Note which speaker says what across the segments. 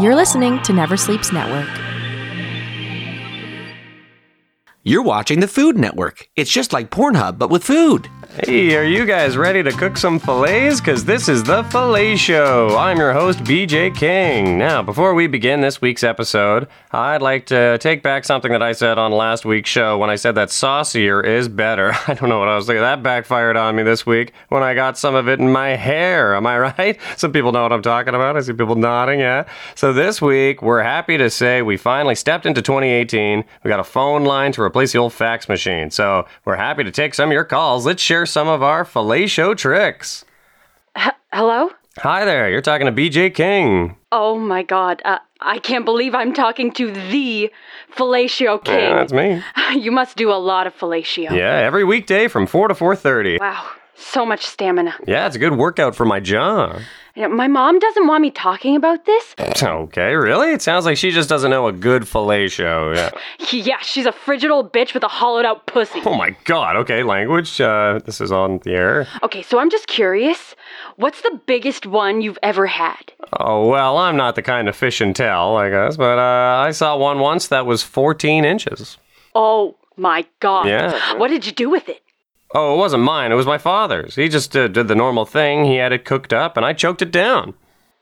Speaker 1: You're listening to Never Sleeps Network.
Speaker 2: You're watching the Food Network. It's just like Pornhub, but with food.
Speaker 3: Hey, are you guys ready to cook some fillets? Because this is the Fillet Show. I'm your host, BJ King. Now, before we begin this week's episode, I'd like to take back something that I said on last week's show when I said that saucier is better. I don't know what I was thinking. That backfired on me this week when I got some of it in my hair. Am I right? Some people know what I'm talking about. I see people nodding, yeah. So this week, we're happy to say we finally stepped into 2018. We got a phone line to replace the old fax machine. So we're happy to take some of your calls. Let's share some of our fellatio tricks.
Speaker 4: Uh, Hello?
Speaker 3: Hi there, you're talking to BJ King.
Speaker 4: Oh my god. Uh, I can't believe I'm talking to the fellatio king.
Speaker 3: Yeah, that's me.
Speaker 4: You must do a lot of fellatio.
Speaker 3: Yeah, every weekday from 4 to 4:30.
Speaker 4: Wow. So much stamina.
Speaker 3: Yeah, it's a good workout for my jaw.
Speaker 4: You know, my mom doesn't want me talking about this.
Speaker 3: Okay, really? It sounds like she just doesn't know a good fellatio. Yeah.
Speaker 4: Yeah, she's a frigid old bitch with a hollowed out pussy.
Speaker 3: Oh my god. Okay, language. Uh, this is on the air.
Speaker 4: Okay, so I'm just curious. What's the biggest one you've ever had?
Speaker 3: Oh, well, I'm not the kind of fish and tell, I guess, but uh, I saw one once that was 14 inches.
Speaker 4: Oh my god.
Speaker 3: Yeah.
Speaker 4: What did you do with it?
Speaker 3: Oh, it wasn't mine. It was my father's. He just uh, did the normal thing. He had it cooked up, and I choked it down.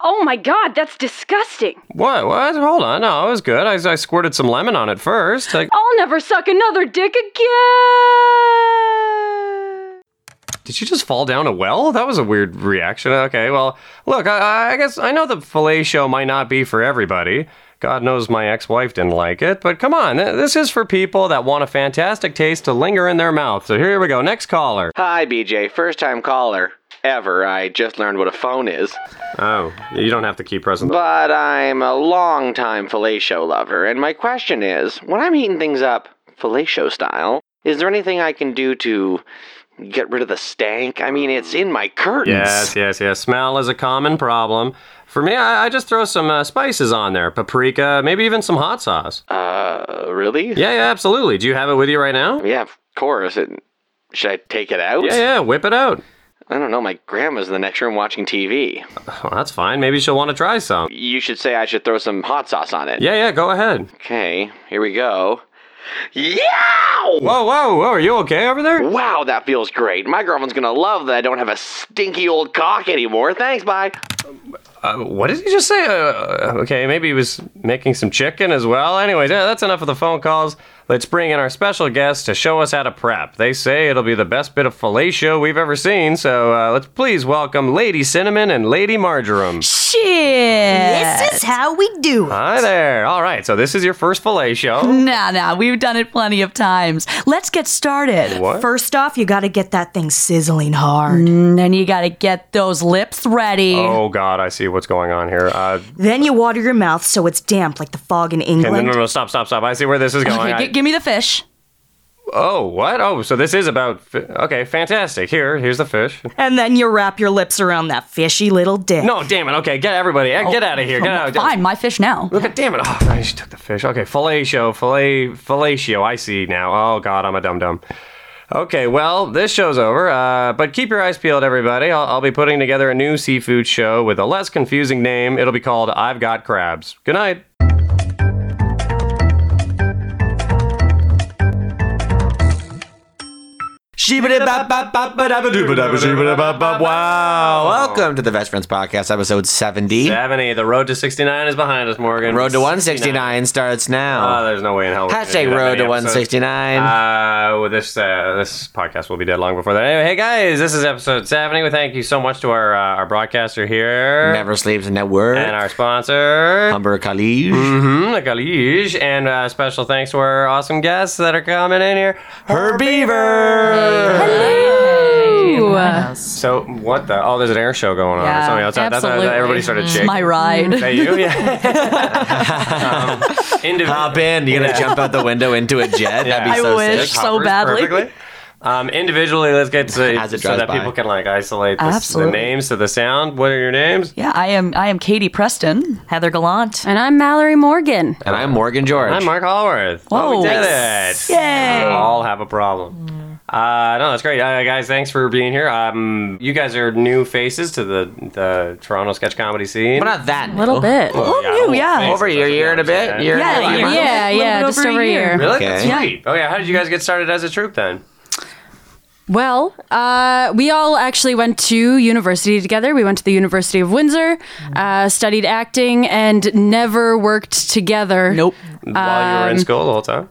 Speaker 4: Oh my god, that's disgusting.
Speaker 3: What? What? Hold on. No, it was good. I, I squirted some lemon on it first. Like,
Speaker 4: I'll never suck another dick again.
Speaker 3: did you just fall down a well? That was a weird reaction. Okay, well, look, I, I guess I know the filet show might not be for everybody. God knows my ex wife didn't like it, but come on, th- this is for people that want a fantastic taste to linger in their mouth. So here we go. Next caller.
Speaker 5: Hi, BJ. First time caller ever. I just learned what a phone is.
Speaker 3: Oh, you don't have to keep pressing.
Speaker 5: But I'm a long time fellatio lover, and my question is when I'm heating things up, fellatio style, is there anything I can do to get rid of the stank? I mean, it's in my curtains.
Speaker 3: Yes, yes, yes. Smell is a common problem. For me, I, I just throw some uh, spices on there paprika, maybe even some hot sauce.
Speaker 5: Uh, really?
Speaker 3: Yeah, yeah, absolutely. Do you have it with you right now?
Speaker 5: Yeah, of course. It, should I take it out?
Speaker 3: Yeah, yeah, whip it out.
Speaker 5: I don't know. My grandma's in the next room watching TV.
Speaker 3: Oh, that's fine. Maybe she'll want to try some.
Speaker 5: You should say I should throw some hot sauce on it.
Speaker 3: Yeah, yeah, go ahead.
Speaker 5: Okay, here we go. Yeah!
Speaker 3: Whoa, whoa, whoa, are you okay over there?
Speaker 5: Wow, that feels great. My girlfriend's gonna love that I don't have a stinky old cock anymore. Thanks, bye.
Speaker 3: Uh, what did he just say? Uh, okay, maybe he was making some chicken as well. Anyways, yeah, that's enough of the phone calls. Let's bring in our special guest to show us how to prep. They say it'll be the best bit of fellatio we've ever seen, so uh, let's please welcome Lady Cinnamon and Lady Marjoram.
Speaker 6: Shit. This is how we do it.
Speaker 3: Hi there. All right, so this is your first fellatio.
Speaker 6: Nah, nah, we've done it plenty of times. Let's get started.
Speaker 3: What?
Speaker 7: First off, you gotta get that thing sizzling hard.
Speaker 6: And Mm, then you gotta get those lips ready.
Speaker 3: Oh God, I see what's going on here. Uh,
Speaker 7: Then you water your mouth so it's damp like the fog in
Speaker 3: no, no,
Speaker 7: England.
Speaker 3: no, no, stop, stop, stop. I see where this is going.
Speaker 6: Okay,
Speaker 3: I-
Speaker 6: gi- give me the fish.
Speaker 3: oh, what? Oh, so this is about. Fi- okay, fantastic. Here, here's the fish.
Speaker 7: And then you wrap your lips around that fishy little dick.
Speaker 3: No, damn it. Okay, get everybody. eh, Get out of here. Get out.
Speaker 6: Fine, my fish now.
Speaker 3: Look at damn it! Oh, I just took the fish. Okay, fellatio, fillet, fellatio. I see now. Oh God, I'm a dum dum. Okay, well, this show's over. Uh, but keep your eyes peeled, everybody. I'll, I'll be putting together a new seafood show with a less confusing name. It'll be called "I've Got Crabs." Good night.
Speaker 2: Wow. Welcome to the Best Friends Podcast, episode 70.
Speaker 3: Seventy. The road to sixty-nine is behind us, Morgan.
Speaker 2: Road to 169 starts
Speaker 3: Oh,
Speaker 2: now.
Speaker 3: there's no way in hell. we're gonna do
Speaker 2: Hashtag
Speaker 3: that
Speaker 2: Road
Speaker 3: many
Speaker 2: to
Speaker 3: episodes.
Speaker 2: 169.
Speaker 3: Uh, well, this uh, this podcast will be dead long before that. Anyway, hey guys, this is episode seventy. We thank you so much to our uh, our broadcaster here.
Speaker 2: Never Um, Sleeps Network.
Speaker 3: And our sponsor,
Speaker 2: Humber Khalij.
Speaker 3: mm-hmm, the Galige. And uh, special thanks to our awesome guests that are coming in here. Her Beaver!
Speaker 1: Ooh.
Speaker 3: So, what the? Oh, there's an air show going on or
Speaker 6: Yeah,
Speaker 3: something outside. That's how
Speaker 1: absolutely.
Speaker 3: everybody started
Speaker 6: It's
Speaker 3: shaking.
Speaker 6: my ride.
Speaker 3: Is that you? Yeah. um, individual-
Speaker 2: Hop in. You're going to
Speaker 3: Yeah.
Speaker 2: jump out the window into a jet? That'd
Speaker 3: Yeah.
Speaker 2: be
Speaker 6: I
Speaker 2: so
Speaker 6: wish.
Speaker 2: sick.
Speaker 3: Just
Speaker 6: so
Speaker 3: hovers
Speaker 6: badly.
Speaker 3: perfectly. Um, individually, let's get to
Speaker 2: As it
Speaker 3: so
Speaker 2: drives
Speaker 3: that
Speaker 2: by.
Speaker 3: people can like isolate this, the
Speaker 6: Absolutely.
Speaker 3: names to the sound. What are your names?
Speaker 6: Yeah, I am. I am Katie Preston.
Speaker 7: Heather Gallant.
Speaker 4: And I'm Mallory Morgan.
Speaker 2: And I'm Morgan George.
Speaker 3: I'm Mark Hallworth. Oh, we
Speaker 6: Whoa.
Speaker 3: did it!
Speaker 6: Yay.
Speaker 3: We all have a problem. Uh, no, that's great, uh, guys. Thanks for being here. Um, you guys are new faces to the the Toronto sketch comedy scene.
Speaker 8: We're not that
Speaker 1: A little
Speaker 8: new.
Speaker 1: bit.
Speaker 3: Well,
Speaker 6: new,
Speaker 3: little
Speaker 6: yeah.
Speaker 3: faces,
Speaker 8: Over a year,
Speaker 3: that's
Speaker 8: year and a
Speaker 3: what I'm
Speaker 8: bit.
Speaker 3: saying.
Speaker 8: Year
Speaker 6: Yeah,
Speaker 8: and a half.
Speaker 6: yeah.
Speaker 1: Yeah, yeah,
Speaker 6: Little bit
Speaker 1: just over a year.
Speaker 3: Really?
Speaker 2: Okay.
Speaker 3: That's sweet. Oh yeah. How did you guys get started as a troupe then?
Speaker 1: Well, uh, we all actually went to university together. We went to the University of Windsor, uh, studied acting, and never worked together.
Speaker 8: Nope.
Speaker 3: While
Speaker 6: Um,
Speaker 3: you were in school the whole time.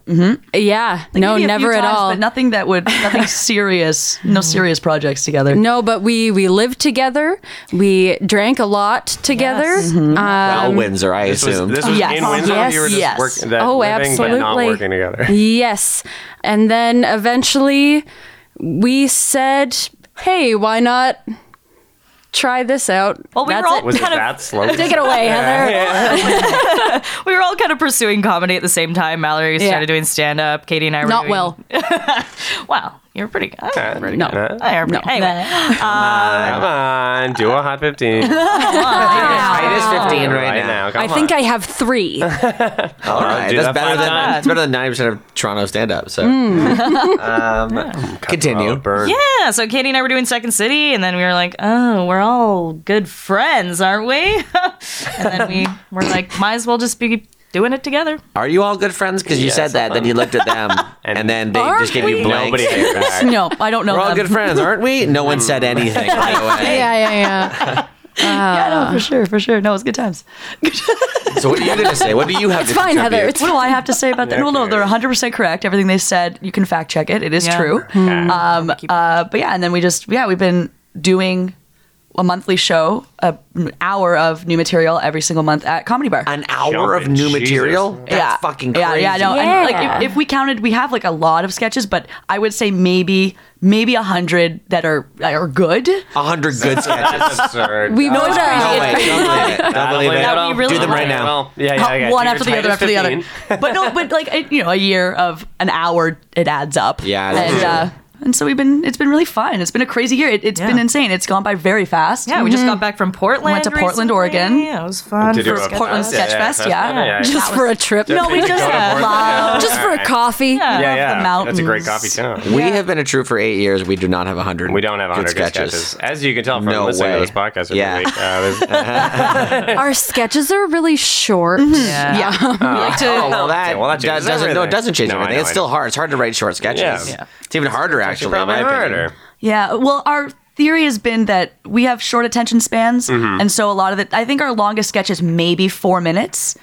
Speaker 1: Yeah. no,
Speaker 6: Maybe a few
Speaker 1: never at
Speaker 6: times,
Speaker 1: all.
Speaker 6: But nothing that would, nothing serious, no serious projects together.
Speaker 1: no, but we we lived together. We drank a lot together.
Speaker 6: Mm-hmm.
Speaker 2: well, Windsor, I
Speaker 3: This was,
Speaker 2: assume.
Speaker 3: this was
Speaker 6: Yes.
Speaker 3: in Windsor.
Speaker 1: Yes,
Speaker 3: you were just
Speaker 6: yes.
Speaker 3: working, that
Speaker 1: Oh,
Speaker 3: living, but not
Speaker 1: absolutely.
Speaker 3: working together.
Speaker 1: Yes. And then eventually we said, hey, why not try this out?
Speaker 7: Well, we
Speaker 1: That's
Speaker 7: were all
Speaker 1: it.
Speaker 3: Was it
Speaker 7: kind of
Speaker 3: that slow?
Speaker 1: Take it away, Heather.
Speaker 7: we were all kind of pursuing comedy at the same time. Mallory started doing stand up. Katie and I were
Speaker 1: Not
Speaker 7: doing-
Speaker 1: well.
Speaker 7: Wow, you're pretty good.
Speaker 3: Yeah, pretty good, huh?
Speaker 7: I am pretty- Anyway,
Speaker 3: Come on, do a hot 15.
Speaker 7: Uh,
Speaker 8: It is 15 right, now.
Speaker 1: I think I have three.
Speaker 8: All right.
Speaker 3: dude,
Speaker 8: that's
Speaker 3: that's
Speaker 8: better
Speaker 3: not
Speaker 8: than
Speaker 3: bad.
Speaker 8: it's better than 90% of Toronto stand up. So um, continue.
Speaker 3: burn.
Speaker 7: yeah, so Katie and I were doing Second City, and then we were like, oh, we're all good friends, aren't we? and then we were like, might as well just be doing it together.
Speaker 8: Are you all good friends? Because you
Speaker 3: Yeah,
Speaker 8: said that, then you looked at them, and, then they
Speaker 1: Aren't
Speaker 8: just gave you
Speaker 1: we?
Speaker 8: blank.
Speaker 3: Nobody
Speaker 8: stares.
Speaker 3: hit back.
Speaker 6: No, I don't know.
Speaker 8: We're all
Speaker 6: them.
Speaker 8: good friends, aren't we? No one said
Speaker 3: Mm.
Speaker 8: anything. By the way.
Speaker 1: yeah,
Speaker 6: Yeah, no, for sure, for sure. No, it was good times.
Speaker 8: So what are you gonna say? What do you have to
Speaker 1: Fine,
Speaker 8: contribute?
Speaker 1: Heather. It's
Speaker 6: What do I have to say about that? No, no, they're 100% correct. Everything they said, you can fact check it. It is
Speaker 7: Yeah.
Speaker 6: true.
Speaker 1: Mm-hmm.
Speaker 6: Um, uh, but yeah, and then we just, yeah, we've been doing a monthly show, a, an hour of new material every single month at Comedy Bar.
Speaker 8: An hour of
Speaker 3: Jumping
Speaker 8: new
Speaker 3: Jesus.
Speaker 8: material? That's
Speaker 6: yeah.
Speaker 8: fucking crazy.
Speaker 6: Yeah, yeah, no.
Speaker 1: Yeah.
Speaker 6: And like if, if we counted, we have like a lot of sketches, but I would say maybe maybe a hundred that are are good.
Speaker 8: A hundred good sketches.
Speaker 3: That's absurd.
Speaker 1: We know
Speaker 8: No
Speaker 1: that.
Speaker 8: way. Don't believe it. Don't believe it.
Speaker 7: all. really
Speaker 8: Do them right now.
Speaker 3: Yeah, yeah, yeah.
Speaker 6: One
Speaker 3: Do
Speaker 6: after the
Speaker 3: your
Speaker 6: other after the
Speaker 3: tightest 15.
Speaker 6: other. But no, but like it- you know, a year of an hour, it adds up.
Speaker 8: Yeah, that's
Speaker 6: and
Speaker 8: true.
Speaker 6: uh, and so we've been it's been really fun. It's been a crazy year. It, has been insane. It's gone by very fast.
Speaker 7: Yeah, we just got back from Portland.
Speaker 6: Mm-hmm. Went to Portland,
Speaker 7: recently.
Speaker 6: Oregon.
Speaker 7: Yeah, it was fun.
Speaker 3: To do
Speaker 7: First
Speaker 3: a-
Speaker 6: Portland
Speaker 3: yeah,
Speaker 6: Sketch Fest, yeah.
Speaker 1: Just for a trip. No,
Speaker 6: we just
Speaker 3: had
Speaker 6: love-
Speaker 1: just for a coffee.
Speaker 6: Yeah.
Speaker 3: Yeah, yeah.
Speaker 6: love the
Speaker 3: That's a great
Speaker 6: mountains.
Speaker 3: coffee town.
Speaker 8: We have been a true for eight years. We do not have a hundred.
Speaker 3: We don't have 100 good sketches. As you can tell from
Speaker 8: No
Speaker 3: listening
Speaker 8: way.
Speaker 3: to this podcast every
Speaker 8: Yeah.
Speaker 3: week. Uh, there's- okay,
Speaker 1: Our sketches are really short. Um,
Speaker 7: Yeah.
Speaker 8: Oh, well, that,
Speaker 3: well, that
Speaker 8: do-
Speaker 3: changes
Speaker 8: doesn't. No, it
Speaker 3: everything.
Speaker 8: doesn't change
Speaker 3: No, I
Speaker 8: anything.
Speaker 3: know,
Speaker 8: it's
Speaker 3: I
Speaker 8: still
Speaker 3: know.
Speaker 8: hard. It's hard to write short sketches.
Speaker 3: Yeah.
Speaker 8: It's even harder, actually. in
Speaker 3: Probably
Speaker 8: my opinion.
Speaker 3: harder.
Speaker 6: Yeah, well, our theory has been that we have short attention spans,
Speaker 8: Mm-hmm.
Speaker 6: and so a lot of it. I think our longest sketch is maybe four minutes,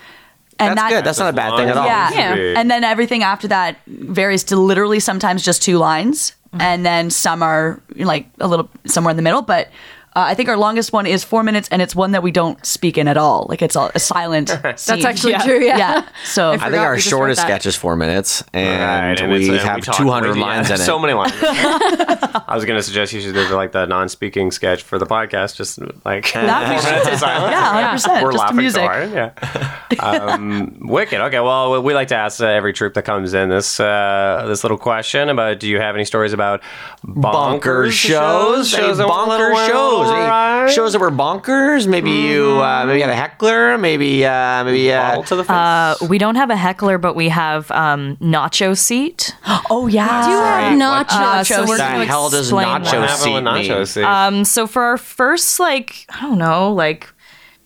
Speaker 6: and
Speaker 8: That's good. That's not a bad thing at all.
Speaker 6: yeah.
Speaker 1: Yeah.
Speaker 3: Yeah.
Speaker 6: And then everything after that varies to literally sometimes just two lines, and then some are like a little somewhere in the middle. But uh, I think our longest one is four minutes, and it's one that we don't speak in at all. Like it's all a silent.
Speaker 1: That's actually true. Yeah.
Speaker 6: yeah. So
Speaker 8: I think
Speaker 1: forgot
Speaker 8: our
Speaker 1: we just
Speaker 8: shortest
Speaker 1: wrote that.
Speaker 8: sketch is four minutes, and
Speaker 3: Right, and
Speaker 8: we
Speaker 3: it's- uh, and
Speaker 8: have
Speaker 3: talk
Speaker 8: two hundred
Speaker 3: way-
Speaker 8: lines
Speaker 3: yeah,
Speaker 8: in it.
Speaker 3: So many lines. I was going to suggest you should do like the non-speaking sketch for the podcast, just like
Speaker 6: That we
Speaker 3: four minutes of silence.
Speaker 6: yeah, hundred percent.
Speaker 3: We're
Speaker 6: just
Speaker 3: laughing
Speaker 6: to music.
Speaker 3: so hard. Yeah. Um, wicked. Okay. Well, we like to ask uh, every troop that comes in this uh, this little question about: Do you have any stories about bonkers
Speaker 8: Bonker shows, hey,
Speaker 3: that went a
Speaker 8: bonker
Speaker 3: little
Speaker 8: shows, hey,
Speaker 3: awry?
Speaker 8: shows that were bonkers. Maybe you, uh, maybe you had a heckler, maybe, uh, maybe uh,
Speaker 3: Bottle Mm-hmm. to the face.
Speaker 7: Uh, we don't have a heckler, but we have um, nacho seat.
Speaker 6: Oh yeah.
Speaker 1: You have
Speaker 8: what-
Speaker 1: nachos. so we're
Speaker 8: the
Speaker 1: gonna
Speaker 8: hell does
Speaker 7: explain
Speaker 8: nacho
Speaker 7: what
Speaker 3: what
Speaker 8: seat
Speaker 3: happened with
Speaker 8: mean?
Speaker 3: Nacho Seat?
Speaker 7: Um, so for our first, like, I don't know, like,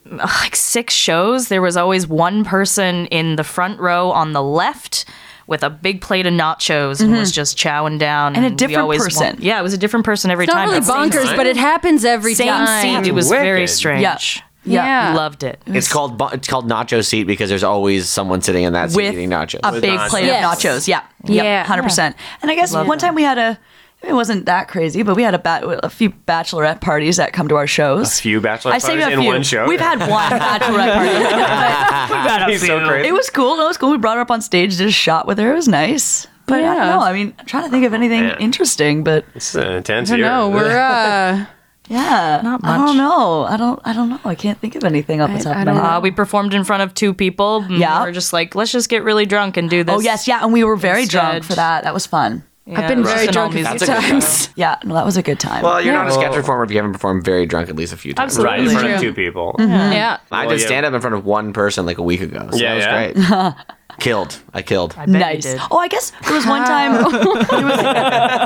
Speaker 7: like six shows, there was always one person in the front row on the left with a big plate of nachos and
Speaker 1: Mm-hmm.
Speaker 7: was just chowing down.
Speaker 6: And a
Speaker 7: we
Speaker 6: different
Speaker 7: always
Speaker 6: person.
Speaker 7: want- yeah, it was a different person every
Speaker 1: It's not
Speaker 7: time.
Speaker 1: really
Speaker 7: but same-
Speaker 1: bonkers, but it happens every
Speaker 7: Same
Speaker 1: time.
Speaker 7: seat. It was very
Speaker 3: Wicked.
Speaker 7: strange.
Speaker 6: Yeah.
Speaker 1: Yeah.
Speaker 7: We Loved it.
Speaker 8: It's called bo- it's called nacho seat because there's always someone sitting in that seat
Speaker 6: with
Speaker 8: eating nachos.
Speaker 6: a big
Speaker 3: nachos.
Speaker 6: plate
Speaker 1: Yes.
Speaker 6: of nachos. Yeah,
Speaker 1: Yeah.
Speaker 6: yeah, hundred percent. And I guess one time we had a. It wasn't that crazy, but we had a ba- a few bachelorette parties that come to our shows.
Speaker 3: few bachelor
Speaker 6: I say
Speaker 3: parties
Speaker 6: a
Speaker 3: in
Speaker 6: few.
Speaker 3: one show.
Speaker 6: We've had one bachelorette party.
Speaker 3: He's so crazy.
Speaker 6: it was cool. It was cool. We brought her up on stage, did a shot with her. It was nice. But I
Speaker 1: Yeah.
Speaker 6: don't know. I mean, I'm trying to think of anything
Speaker 3: man.
Speaker 6: interesting, but
Speaker 3: It's uh, an intense year.
Speaker 1: No, we're uh,
Speaker 6: yeah,
Speaker 7: Not
Speaker 6: I
Speaker 7: much.
Speaker 6: don't know. I don't. I don't know. I can't think of anything off the top of my head.
Speaker 7: Uh, we performed in front of two people. Mm,
Speaker 6: Yeah.
Speaker 7: We were just like, let's just get really drunk and do this.
Speaker 6: Oh yes, yeah, and we were very drunk
Speaker 7: instead-
Speaker 6: for that. That was fun.
Speaker 1: I've been
Speaker 7: Just
Speaker 1: very
Speaker 7: an
Speaker 1: drunk a few
Speaker 7: all-music
Speaker 8: That's a good
Speaker 1: times.
Speaker 6: Yeah, no, that was a good time.
Speaker 8: well, you're not a sketch performer if you haven't performed very drunk at least a few times.
Speaker 3: right in
Speaker 1: Absolutely
Speaker 3: front of
Speaker 1: true.
Speaker 3: two people.
Speaker 1: Yeah.
Speaker 8: I
Speaker 3: Well,
Speaker 8: did
Speaker 3: yeah.
Speaker 8: stand up in front of one person like a week ago. So
Speaker 3: Yeah,
Speaker 8: that was
Speaker 3: yeah.
Speaker 8: great. Killed. I killed.
Speaker 7: I bet you
Speaker 6: nice.
Speaker 7: did.
Speaker 6: Oh, I guess there was one time. there, was,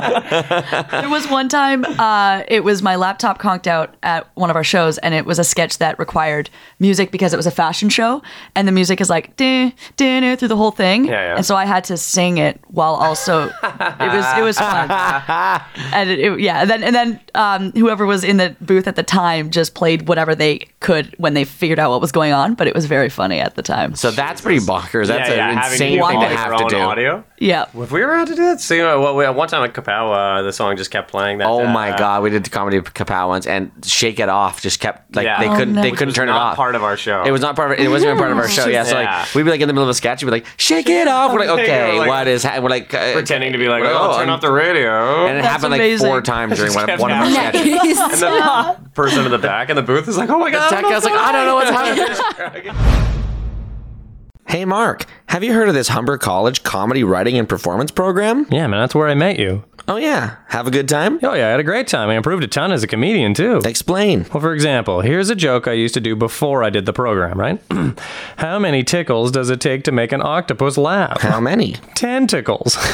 Speaker 6: there was one time. Uh, it was my laptop conked out at one of our shows, and it was a sketch that required music because it was a fashion show, and the music is like dun, dun, dun, through the whole thing.
Speaker 3: yeah.
Speaker 6: And so I had to sing it while also it was it was fun. and it, it- yeah, and then and then um, whoever was in the booth at the time just played whatever they could when they figured out what was going on, but it was very funny at the time.
Speaker 8: So that's pretty bonkers. That's
Speaker 3: yeah,
Speaker 8: an
Speaker 3: having
Speaker 8: insane
Speaker 3: people
Speaker 8: thing to
Speaker 3: make
Speaker 8: have
Speaker 3: their
Speaker 8: to
Speaker 3: own
Speaker 8: do.
Speaker 3: Audio.
Speaker 6: yeah.
Speaker 3: If we ever had to do that, so you know, well, we, uh, one time at Kapow, uh, the song just kept playing. That
Speaker 8: Oh
Speaker 3: uh,
Speaker 8: my god, we did the comedy of Kapow once, and Shake It Off just kept like
Speaker 3: Yeah.
Speaker 8: they
Speaker 3: Oh,
Speaker 8: couldn't
Speaker 6: no.
Speaker 8: they
Speaker 6: Which
Speaker 8: couldn't
Speaker 3: was
Speaker 8: turn
Speaker 3: not
Speaker 8: it off.
Speaker 3: part of our show.
Speaker 8: It was not part of it. wasn't even part of our show. Yeah, so
Speaker 3: Yeah.
Speaker 8: like we'd be like in the middle of a sketch, we'd be like Shake It Off. We're like,
Speaker 3: They were
Speaker 8: okay,
Speaker 3: like-
Speaker 8: what is happening? We're like uh,
Speaker 3: pretending to be like,
Speaker 8: we're
Speaker 3: oh, turn
Speaker 8: I'm-
Speaker 3: off the radio.
Speaker 8: And it
Speaker 6: That's
Speaker 8: happened
Speaker 6: amazing.
Speaker 8: like four times during one,
Speaker 3: kept
Speaker 8: one of our
Speaker 3: happening.
Speaker 8: sketches.
Speaker 3: And the person in the back in the booth is like, oh my god,
Speaker 8: Tech, I was like, I don't know what's happening. Hey Mark, have you heard of this Humber College comedy writing and performance program?
Speaker 3: yeah, man, that's where I met you.
Speaker 8: Oh yeah, have a good time.
Speaker 3: Oh yeah, I had a great time. I improved a ton as a comedian too.
Speaker 8: Explain.
Speaker 3: Well, for example, here's a joke I used to do before I did the program, right? How many tickles does it take to make an octopus laugh?
Speaker 8: How many?
Speaker 3: Ten tickles.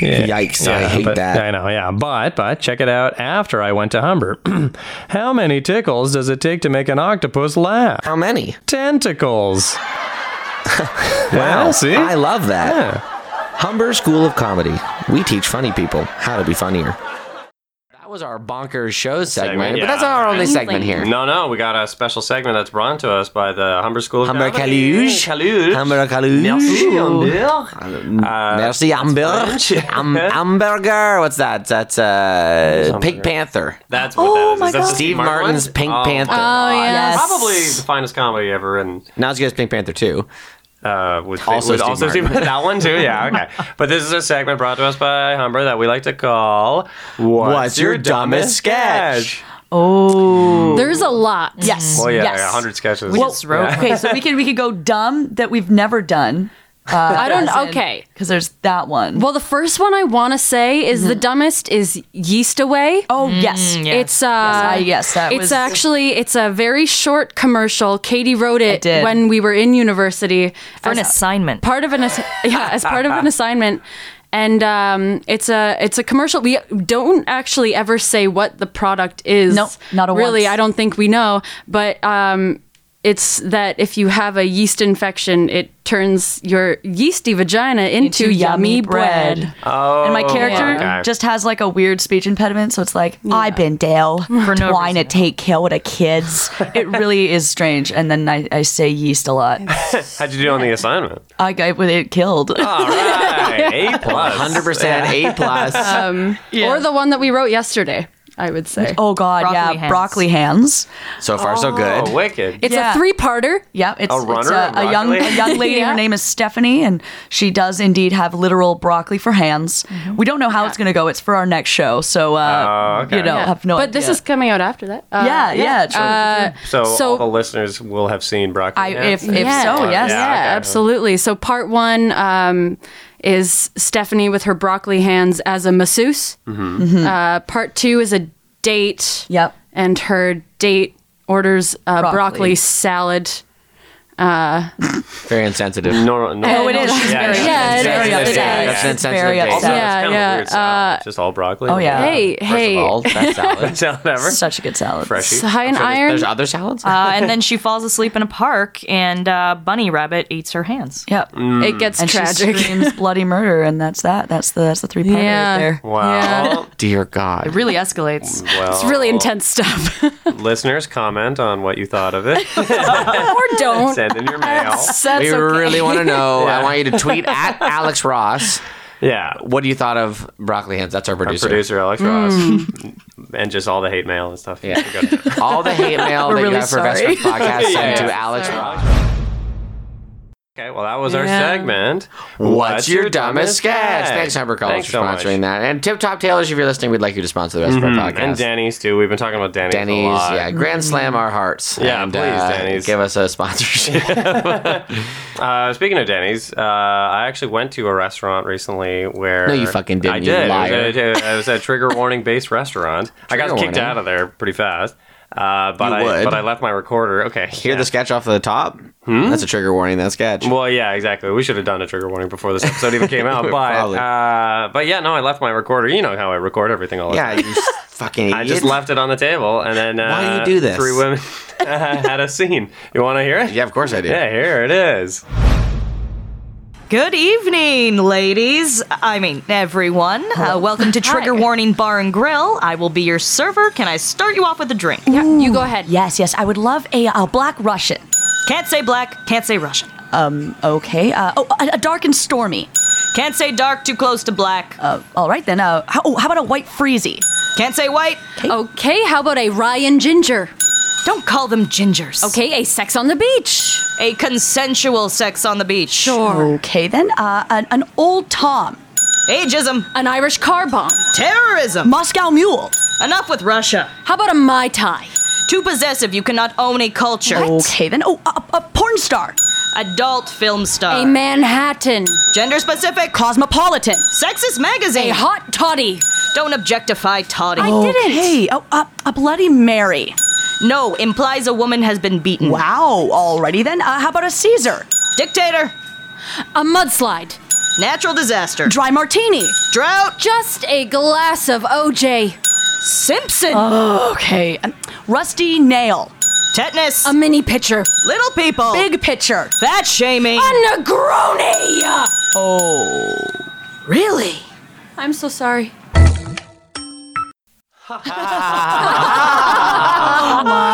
Speaker 3: Yeah.
Speaker 8: Yikes! I hate
Speaker 3: but-
Speaker 8: that.
Speaker 3: I know, yeah. But but check it out after I went to Humber. How many tickles does it take to make an octopus laugh?
Speaker 8: How many?
Speaker 3: Tentacles. well, see?
Speaker 8: I love that. Humber School of Comedy. We teach funny people how to be funnier. That was our bonkers show segment,
Speaker 3: Segment,
Speaker 8: but that's
Speaker 3: yeah.
Speaker 8: our only segment here.
Speaker 3: No, no, we got a special segment that's brought to us by the Humber School of
Speaker 8: Humber
Speaker 3: Comedy.
Speaker 8: Kaluge.
Speaker 3: Kaluge.
Speaker 8: Humber Kaluge.
Speaker 3: Merci, Uh, Humber.
Speaker 8: Merci, Humber. Hum- Hamburger. What's that? That's uh, Pink Panther.
Speaker 3: That's what that is.
Speaker 6: Oh my
Speaker 3: Is that
Speaker 6: God.
Speaker 3: the
Speaker 8: Steve Martin's
Speaker 3: one?
Speaker 8: Pink
Speaker 3: Oh,
Speaker 8: Panther.
Speaker 1: Oh
Speaker 6: Yes.
Speaker 3: Probably the finest comedy ever written.
Speaker 8: Not as good as Pink Panther 2.
Speaker 3: Uh, with
Speaker 8: Also
Speaker 3: with
Speaker 8: Steve
Speaker 3: also
Speaker 8: Martin.
Speaker 3: Steve- that one too. Yeah, okay. but this is a segment brought to us by Humber that we like to call "What's,
Speaker 8: Your Dumbest Sketch?"
Speaker 1: There's a lot.
Speaker 6: Yes.
Speaker 3: Well, yeah,
Speaker 6: Oh. yes.
Speaker 3: yeah, hundred sketches.
Speaker 6: Well,
Speaker 7: just wrote-
Speaker 6: okay, so we could we could go dumb that we've never done.
Speaker 1: I don't. Okay.
Speaker 6: because there's that one.
Speaker 1: Well, the first one I want to say is the dumbest is Yeast Away.
Speaker 6: oh yes,
Speaker 7: yeah.
Speaker 1: It's uh,
Speaker 6: I- yes, that
Speaker 1: it's
Speaker 6: was-
Speaker 1: actually it's a very short commercial. Katie wrote it
Speaker 6: did.
Speaker 1: when we were in university
Speaker 7: for an
Speaker 1: as
Speaker 7: assignment.
Speaker 1: part of an ass- yeah as part of an assignment, and um, it's a it's a commercial. We don't actually ever say what the product is.
Speaker 6: Nope, not a
Speaker 1: really.
Speaker 6: once.
Speaker 1: I don't think we know, but um, it's that if you have a yeast infection, it turns your yeasty vagina into, yummy bread.
Speaker 3: oh,
Speaker 6: And my character
Speaker 3: okay.
Speaker 6: just has like a weird speech impediment, so it's like I've been Dale for
Speaker 7: no
Speaker 6: trying to take care of the kids. it really is strange. And then I, I say yeast a lot.
Speaker 3: How'd you do on the assignment?
Speaker 6: I got it killed.
Speaker 3: All right, A plus.
Speaker 8: 100% A plus.
Speaker 1: Or the one that we wrote yesterday, I would say.
Speaker 6: oh God,
Speaker 7: Broccoli
Speaker 6: yeah,
Speaker 7: hands.
Speaker 6: broccoli hands.
Speaker 8: so far, so good.
Speaker 3: Oh, wicked.
Speaker 1: It's
Speaker 6: Yeah.
Speaker 1: a three-parter.
Speaker 6: Yeah, it's
Speaker 3: A
Speaker 6: it's
Speaker 3: runner
Speaker 6: a,
Speaker 3: of
Speaker 6: a young
Speaker 3: broccoli?
Speaker 6: a young lady. Her name is Stephanie, and she does indeed have literal broccoli for hands.
Speaker 1: Mm-hmm.
Speaker 6: We don't know how it's going to go. It's for our next show, so uh,
Speaker 3: okay.
Speaker 6: you know,
Speaker 1: Yeah.
Speaker 6: have no.
Speaker 1: but this
Speaker 6: idea.
Speaker 1: is uh, coming out after that. Uh,
Speaker 6: yeah, yeah. it's-
Speaker 3: so,
Speaker 1: so-
Speaker 3: all the listeners will have seen broccoli.
Speaker 6: I,
Speaker 3: Hands.
Speaker 6: if if so,
Speaker 1: Yeah.
Speaker 6: yes.
Speaker 1: Yeah,
Speaker 3: okay.
Speaker 1: absolutely. So part one um, is Stephanie with her broccoli hands as a masseuse. Uh, part two is a date.
Speaker 6: Yep.
Speaker 1: And her date orders a broccoli,
Speaker 6: Broccoli.
Speaker 1: salad.
Speaker 8: Very insensitive.
Speaker 3: No, no,
Speaker 6: Oh, it is. She's
Speaker 3: Yeah,
Speaker 6: very,
Speaker 3: yeah,
Speaker 1: yeah,
Speaker 6: she's
Speaker 1: it
Speaker 6: very
Speaker 1: is.
Speaker 8: that's
Speaker 6: upset.
Speaker 1: Yeah,
Speaker 8: an
Speaker 6: She's
Speaker 8: insensitive
Speaker 6: very
Speaker 8: date.
Speaker 6: upset.
Speaker 3: Also, it's
Speaker 1: Yeah,
Speaker 3: kinda
Speaker 1: yeah,
Speaker 3: Weird salad. just all broccoli.
Speaker 6: Oh, yeah.
Speaker 1: hey, hey.
Speaker 8: First of all, that's salad.
Speaker 3: Salad ever.
Speaker 6: Such a good salad.
Speaker 3: Freshy.
Speaker 1: High in iron.
Speaker 8: There's other salads?
Speaker 7: Uh, and then she falls asleep in a park, and uh, Bunny Rabbit eats her hands.
Speaker 6: Yep.
Speaker 1: it gets
Speaker 6: And
Speaker 1: tragic.
Speaker 6: she screams bloody murder, and that's that. That's the that's the three part
Speaker 1: Yeah.
Speaker 6: right there.
Speaker 3: Wow.
Speaker 1: Yeah.
Speaker 8: Dear God.
Speaker 7: It really escalates.
Speaker 3: Well,
Speaker 1: It's really intense stuff.
Speaker 3: Listeners, comment on what you thought of it.
Speaker 1: or don't.
Speaker 3: Send in your mail.
Speaker 6: That's
Speaker 8: we
Speaker 6: okay.
Speaker 8: really want to know. I want you to tweet at Alex Ross.
Speaker 3: Yeah.
Speaker 8: What do you thought of broccoli hands? That's our producer.
Speaker 3: Producer Alex Ross. And just all the hate mail and stuff.
Speaker 8: Yeah.
Speaker 3: Go to-
Speaker 8: All the hate mail that you
Speaker 6: really
Speaker 8: have for Best
Speaker 6: sorry.
Speaker 8: Friends Podcast send
Speaker 3: Yeah.
Speaker 8: to Alex Ross.
Speaker 3: Okay, well, that was our
Speaker 1: Yeah.
Speaker 3: segment.
Speaker 8: What's your dumbest sketch? Thanks, Humber College
Speaker 3: Thanks
Speaker 8: for
Speaker 3: so much. Mm-hmm.
Speaker 8: sponsoring that. And Tip Top Tailors, if you're listening, we'd like you to sponsor the Best Friends Podcast.
Speaker 3: And Danny's, too. We've been talking about Danny's. A
Speaker 8: Denny's,
Speaker 3: lot. Mm-hmm.
Speaker 8: yeah, Grand Slam our hearts.
Speaker 3: Yeah,
Speaker 8: and,
Speaker 3: please,
Speaker 8: uh,
Speaker 3: Denny's.
Speaker 8: give us a sponsorship.
Speaker 3: Uh, speaking of Denny's, uh, I actually went to a restaurant recently where
Speaker 8: No, you fucking didn't,
Speaker 3: I
Speaker 8: you
Speaker 3: did.
Speaker 8: liar.
Speaker 3: It was a, it was a trigger warning based restaurant. I got
Speaker 8: Trigger
Speaker 3: kicked
Speaker 8: warning?
Speaker 3: out of there pretty fast. Uh, but
Speaker 8: You
Speaker 3: I
Speaker 8: would.
Speaker 3: but I left my recorder. Okay.
Speaker 8: Hear the sketch off the top? That's a trigger warning, that sketch.
Speaker 3: Hmm? Well, yeah, exactly. We should have done a trigger warning before this episode even came out. But
Speaker 8: Probably.
Speaker 3: uh, but yeah, no, I left my recorder. You know how I record everything all the
Speaker 8: yeah,
Speaker 3: time.
Speaker 8: you s- fucking idiot.
Speaker 3: I just left it on the table, and then uh,
Speaker 8: Why do you do this?
Speaker 3: Three women had a scene. You want to hear it?
Speaker 8: Yeah, of course I do.
Speaker 3: Yeah, here it is.
Speaker 7: Good evening, ladies. I mean, everyone. Uh, welcome to Trigger Warning Bar and Grill. I will be your server. Can I start you off with a drink?
Speaker 1: Yeah, you go ahead.
Speaker 6: Yes, yes. I would love a, a black Russian.
Speaker 7: Can't say black, can't say Russian.
Speaker 6: Okay. Uh, oh, a, a dark and stormy.
Speaker 7: Can't say dark, too close to black.
Speaker 6: Uh, all right then. Uh, how, oh, how about a white freezy?
Speaker 7: Can't say white.
Speaker 1: Okay, how about a Ryan Ginger?
Speaker 7: Don't call them gingers.
Speaker 1: Okay, a Sex on the Beach.
Speaker 7: A consensual sex on the beach.
Speaker 1: Sure.
Speaker 6: Okay then. Uh, an, an old Tom.
Speaker 7: Ageism.
Speaker 1: An Irish car bomb.
Speaker 7: Terrorism.
Speaker 6: Moscow mule.
Speaker 7: Enough with Russia.
Speaker 1: How about a Mai Tai?
Speaker 7: Too possessive. You cannot own a culture.
Speaker 6: Okay then. Oh, a, a porn star.
Speaker 7: Adult film star.
Speaker 1: A Manhattan.
Speaker 7: Gender specific.
Speaker 6: Cosmopolitan.
Speaker 7: Sexist
Speaker 1: A
Speaker 7: magazine.
Speaker 1: hot toddy.
Speaker 7: Don't objectify Toddy.
Speaker 1: I didn't.
Speaker 6: Hey, oh, a, a bloody Mary.
Speaker 7: No implies a woman has been beaten.
Speaker 6: Wow. Alrighty then. Uh, how about a Caesar?
Speaker 7: Dictator.
Speaker 1: A mudslide.
Speaker 7: Natural disaster.
Speaker 6: Dry martini.
Speaker 7: Drought.
Speaker 1: Just a glass of OJ.
Speaker 7: Simpson.
Speaker 6: Okay. An rusty nail.
Speaker 7: Tetanus.
Speaker 1: A mini pitcher.
Speaker 7: Little people.
Speaker 6: Big picture.
Speaker 7: Fat shaming.
Speaker 1: A Negroni!
Speaker 6: Oh. Really?
Speaker 1: I'm so sorry.